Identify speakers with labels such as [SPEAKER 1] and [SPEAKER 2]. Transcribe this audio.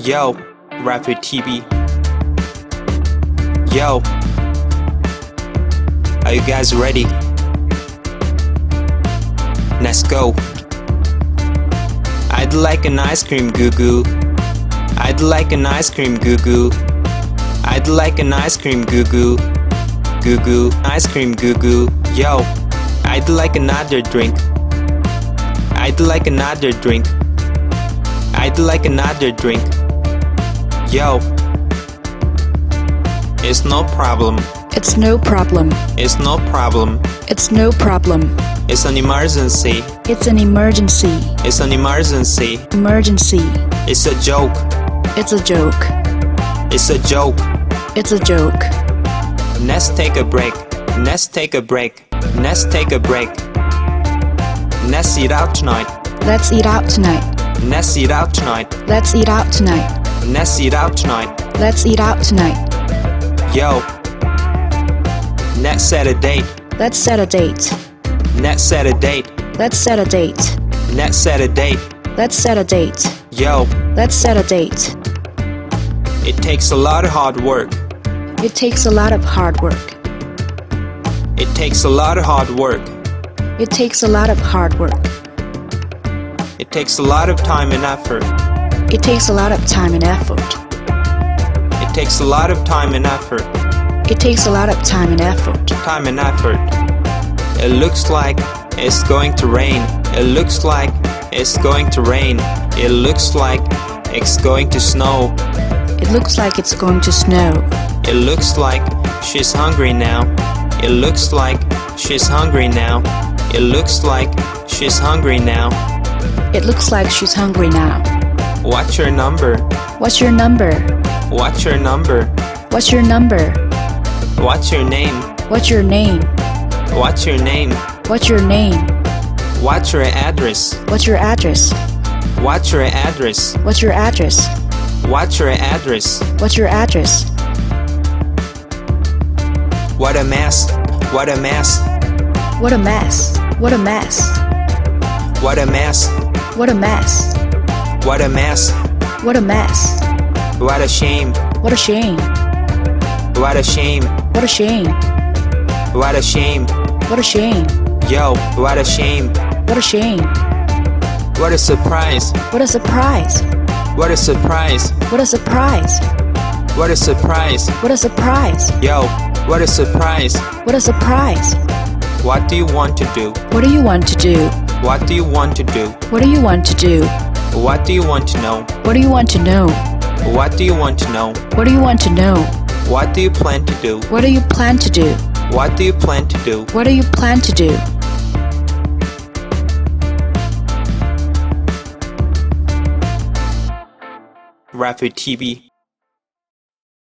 [SPEAKER 1] Yo, Rapid TV. Yo, are you guys ready? Let's go. I'd like an ice cream goo goo. I'd like an ice cream goo goo. I'd like an ice cream goo goo. Goo goo, ice cream goo goo. Yo, I'd like another drink. I'd like another drink. I'd like another drink. Yo. It's no problem.
[SPEAKER 2] It's no problem.
[SPEAKER 1] It's no problem.
[SPEAKER 2] It's no problem.
[SPEAKER 1] It's an emergency.
[SPEAKER 2] It's an emergency.
[SPEAKER 1] It's an emergency.
[SPEAKER 2] Emergency.
[SPEAKER 1] It's a joke.
[SPEAKER 2] It's a joke.
[SPEAKER 1] It's a joke.
[SPEAKER 2] It's a joke.
[SPEAKER 1] Let's take a break. Let's take a break. Let's take a break. Let's eat out tonight.
[SPEAKER 2] Let's eat out tonight.
[SPEAKER 1] Let's eat out tonight.
[SPEAKER 2] Let's eat out tonight.
[SPEAKER 1] Let's eat out tonight.
[SPEAKER 2] Let's eat out tonight.
[SPEAKER 1] Yo. Let's set a date.
[SPEAKER 2] Let's set a date.
[SPEAKER 1] Let's set a date.
[SPEAKER 2] Let's set a date.
[SPEAKER 1] Let's set a date.
[SPEAKER 2] Let's set a date.
[SPEAKER 1] Yo.
[SPEAKER 2] Let's set a date.
[SPEAKER 1] It takes a lot of hard work.
[SPEAKER 2] It takes a lot of hard work.
[SPEAKER 1] It takes a lot of hard work.
[SPEAKER 2] It takes a lot of hard work.
[SPEAKER 1] It takes a lot of time and effort.
[SPEAKER 2] It takes a lot of time and effort.
[SPEAKER 1] It takes a lot of time and effort.
[SPEAKER 2] It takes a lot of time and effort.
[SPEAKER 1] Time and effort. It looks like it's going to rain. It looks like it's going to rain. It looks like it's going to snow.
[SPEAKER 2] It looks like it's going to snow.
[SPEAKER 1] It looks like she's hungry now. It looks like she's hungry now. It looks like she's hungry now.
[SPEAKER 2] It looks like she's hungry now.
[SPEAKER 1] What's your number?
[SPEAKER 2] What's your number?
[SPEAKER 1] What's your number?
[SPEAKER 2] What's your number?
[SPEAKER 1] What's your name?
[SPEAKER 2] What's your name?
[SPEAKER 1] What's your name?
[SPEAKER 2] What's your name?
[SPEAKER 1] What's your address?
[SPEAKER 2] What's your address?
[SPEAKER 1] What's your address?
[SPEAKER 2] What's your address?
[SPEAKER 1] What's your address?
[SPEAKER 2] What's your address?
[SPEAKER 1] What a mess. What a mess.
[SPEAKER 2] What a mess. What a mess.
[SPEAKER 1] What a mess.
[SPEAKER 2] What a mess.
[SPEAKER 1] What a mess.
[SPEAKER 2] What a mess.
[SPEAKER 1] What a shame.
[SPEAKER 2] What a shame.
[SPEAKER 1] What a shame.
[SPEAKER 2] What a shame.
[SPEAKER 1] What a shame.
[SPEAKER 2] What a shame.
[SPEAKER 1] Yo, what a shame.
[SPEAKER 2] What a shame.
[SPEAKER 1] What a surprise.
[SPEAKER 2] What a surprise.
[SPEAKER 1] What a surprise.
[SPEAKER 2] What a surprise.
[SPEAKER 1] What a surprise.
[SPEAKER 2] What a surprise.
[SPEAKER 1] Yo, what a surprise.
[SPEAKER 2] What a surprise.
[SPEAKER 1] What do you want to do?
[SPEAKER 2] What do you want to do?
[SPEAKER 1] What do you want to do?
[SPEAKER 2] What do you want to do?
[SPEAKER 1] What do you want to know?
[SPEAKER 2] What do you want to know?
[SPEAKER 1] What do you want to know?
[SPEAKER 2] What do you want to know?
[SPEAKER 1] What do you plan to do?
[SPEAKER 2] What do you plan to do?
[SPEAKER 1] What do you plan to do?
[SPEAKER 2] What do you plan to do?
[SPEAKER 1] Rapid TV.